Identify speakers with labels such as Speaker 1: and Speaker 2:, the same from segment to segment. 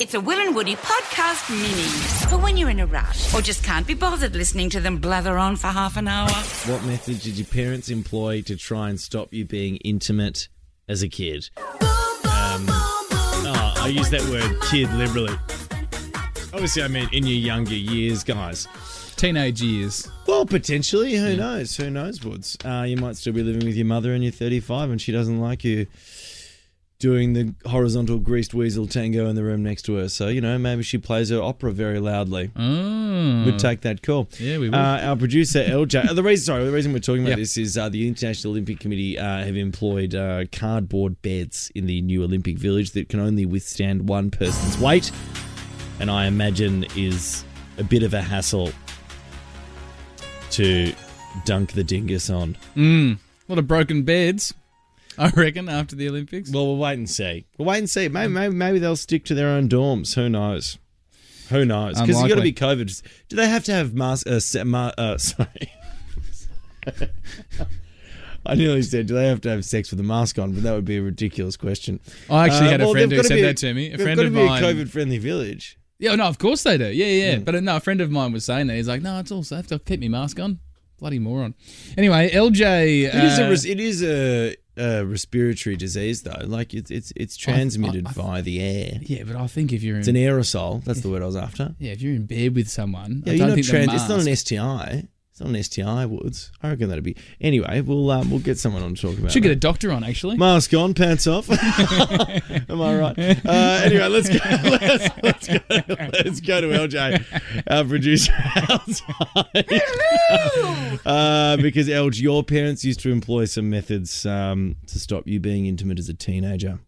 Speaker 1: It's a Will and Woody podcast mini for when you're in a rush or just can't be bothered listening to them blather on for half an hour.
Speaker 2: What method did your parents employ to try and stop you being intimate as a kid? Um, Oh, I use that word kid liberally. Obviously, I mean in your younger years, guys.
Speaker 3: Teenage years.
Speaker 2: Well, potentially, who knows? Who knows, Woods? Uh, you might still be living with your mother and you're 35 and she doesn't like you doing the horizontal greased weasel tango in the room next to her. So, you know, maybe she plays her opera very loudly. We'd take that call.
Speaker 3: Mm. Yeah, we would.
Speaker 2: Uh, our producer, LJ. uh, the reason, sorry, the reason we're talking about
Speaker 3: Yeah.
Speaker 2: this is uh, the International Olympic Committee uh, have employed uh, cardboard beds in the new Olympic Village that can only withstand one person's weight. And I imagine is a bit of a hassle to dunk the dingus on.
Speaker 3: A lot of broken beds, I reckon, after the Olympics.
Speaker 2: Well, we'll wait and see. We'll wait and see.
Speaker 3: Um,
Speaker 2: Maybe, maybe, maybe they'll stick to their own dorms. Who knows? Who knows? Because you've got to
Speaker 3: Unlikely.
Speaker 2: be COVID. Do they have to have mask? Uh, se- ma- uh, sorry. I nearly said, do they have to have sex with a mask on? But that would be a ridiculous question.
Speaker 3: I actually
Speaker 2: Uh,
Speaker 3: had a
Speaker 2: well,
Speaker 3: friend
Speaker 2: they've
Speaker 3: who
Speaker 2: gotta
Speaker 3: said
Speaker 2: be-
Speaker 3: that to me. A
Speaker 2: they've
Speaker 3: friend
Speaker 2: gotta
Speaker 3: of
Speaker 2: be a
Speaker 3: mine.
Speaker 2: COVID-friendly village.
Speaker 3: Yeah, no, of course they do. Yeah, yeah. But uh, no, a friend of mine was saying that. He's like, no, it's all safe. I'll keep my mask on. Bloody moron. Anyway, LJ.
Speaker 2: It is a
Speaker 3: uh,
Speaker 2: res- it is a, a respiratory disease though. Like it's it's it's transmitted
Speaker 3: I-
Speaker 2: via the air.
Speaker 3: yeah, but I think if you're in.
Speaker 2: It's an e- aerosol. That's the word I was after.
Speaker 3: yeah, if you're in bed with someone,
Speaker 2: Yeah,
Speaker 3: I
Speaker 2: you're
Speaker 3: don't
Speaker 2: not
Speaker 3: think the
Speaker 2: trans. It's not
Speaker 3: mask-
Speaker 2: an STI. It's not an STI, Woods. I reckon that'd be. Anyway, we'll um, we'll get someone on to talk about.
Speaker 3: Should get a
Speaker 2: that.
Speaker 3: doctor on actually.
Speaker 2: mask on, pants off. Am I right? Uh, anyway, let's go. Let's, let's go. Let's go to LJ, our producer outside, uh, because LJ, your parents used to employ some methods um, to stop you being intimate as a teenager.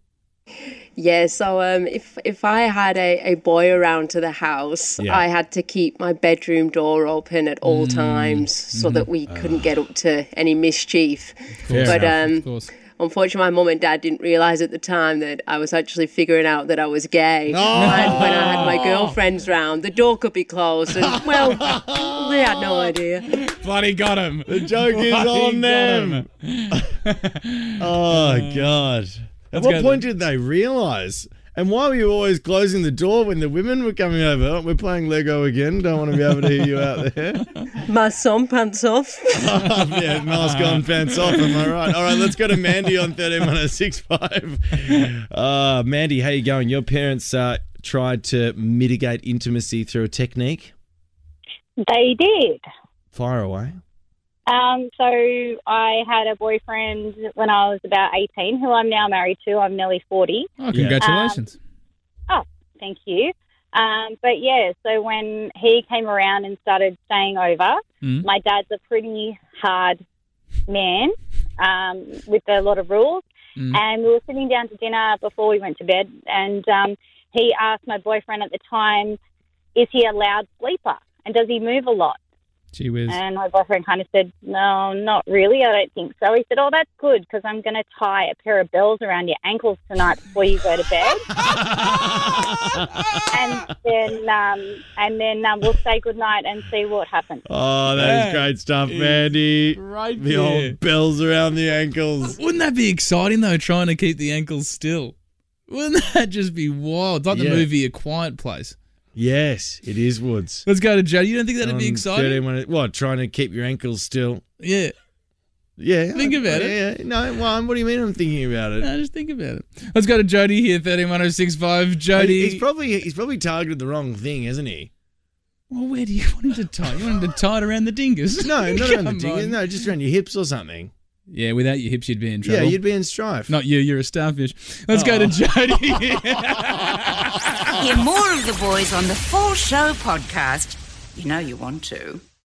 Speaker 4: Yeah, so um, if if I had a, a boy around to the house,
Speaker 2: Yeah.
Speaker 4: I had to keep my bedroom door open at all
Speaker 3: Mm.
Speaker 4: times so that we couldn't get up to any mischief.
Speaker 3: Fair enough,
Speaker 4: but
Speaker 3: Mm-hmm. Ah. of
Speaker 4: um,
Speaker 3: course.
Speaker 4: unfortunately, my mum and dad didn't realise at the time that I was actually figuring out that I was gay. And when I had my girlfriends round, the door could be closed, and well, they had no idea.
Speaker 3: bloody got him.
Speaker 2: The joke is on them. Oh God! At
Speaker 3: Let's
Speaker 2: what
Speaker 3: go
Speaker 2: point did they realise? And why were you always closing the door when the women were coming over? Oh, we're playing Lego again. Don't want to be able to hear you out there. Oh,
Speaker 4: My son pants off.
Speaker 2: yeah, mask on, pants off. Am I right? All right, let's go to Mandy on thirteen one zero six five. Uh, Mandy, how you going? Your parents uh, tried to mitigate intimacy through a technique.
Speaker 5: They did.
Speaker 2: Fire away.
Speaker 5: Um, so I had a boyfriend when I was about 18, who I'm now married to. I'm nearly 40.
Speaker 3: Oh, congratulations.
Speaker 5: Thank you. Um, but yeah, so when he came around and started staying over,
Speaker 3: Mm.
Speaker 5: my dad's a pretty hard man um, with a lot of rules.
Speaker 3: Mm.
Speaker 5: And we were sitting down to dinner before we went to bed, and um, he asked my boyfriend at the time, "Is he a loud sleeper? And does he move a lot?"
Speaker 3: Gee whiz.
Speaker 5: And my boyfriend kind of said, No, not really. I don't think so. He said, Oh, that's good because I'm going to tie a pair of bells around your ankles tonight before you go to bed. and then, um, and then um, we'll say goodnight and see what happens.
Speaker 2: Oh, that
Speaker 3: That
Speaker 2: is great stuff, Mandy.
Speaker 3: Right
Speaker 2: The old bells around the ankles.
Speaker 3: Wouldn't that be exciting though? Trying to keep the ankles still. Wouldn't that just be wild? It's like
Speaker 2: Yeah.
Speaker 3: the movie A Quiet Place.
Speaker 2: Yes, it is Woods.
Speaker 3: Let's go to Joe. You don't think that'd be
Speaker 2: On
Speaker 3: exciting?
Speaker 2: 13, when it- what, trying to keep your ankles still?
Speaker 3: Yeah.
Speaker 2: Yeah.
Speaker 3: Think
Speaker 2: I-
Speaker 3: about it. Uh,
Speaker 2: Yeah, yeah. No, well, I'm- what do you mean I'm thinking about it?
Speaker 3: No, just think about it. Let's go to Jody here, thirteen one zero six five. Jody.
Speaker 2: He's probably he's probably targeted the wrong thing, hasn't he?
Speaker 3: well, where do you want him to tie? You want him to tie it around the dingus?
Speaker 2: No, not around the
Speaker 3: Come
Speaker 2: dingus.
Speaker 3: on.
Speaker 2: No, just around your hips or something.
Speaker 3: Yeah, without your hips, you'd be in
Speaker 2: Yeah,
Speaker 3: trouble.
Speaker 2: you'd Oh. be in strife.
Speaker 3: Not you. You're a starfish. Let's go to Jody.
Speaker 1: Hear more of the boys on the Full Show podcast. You know you want to.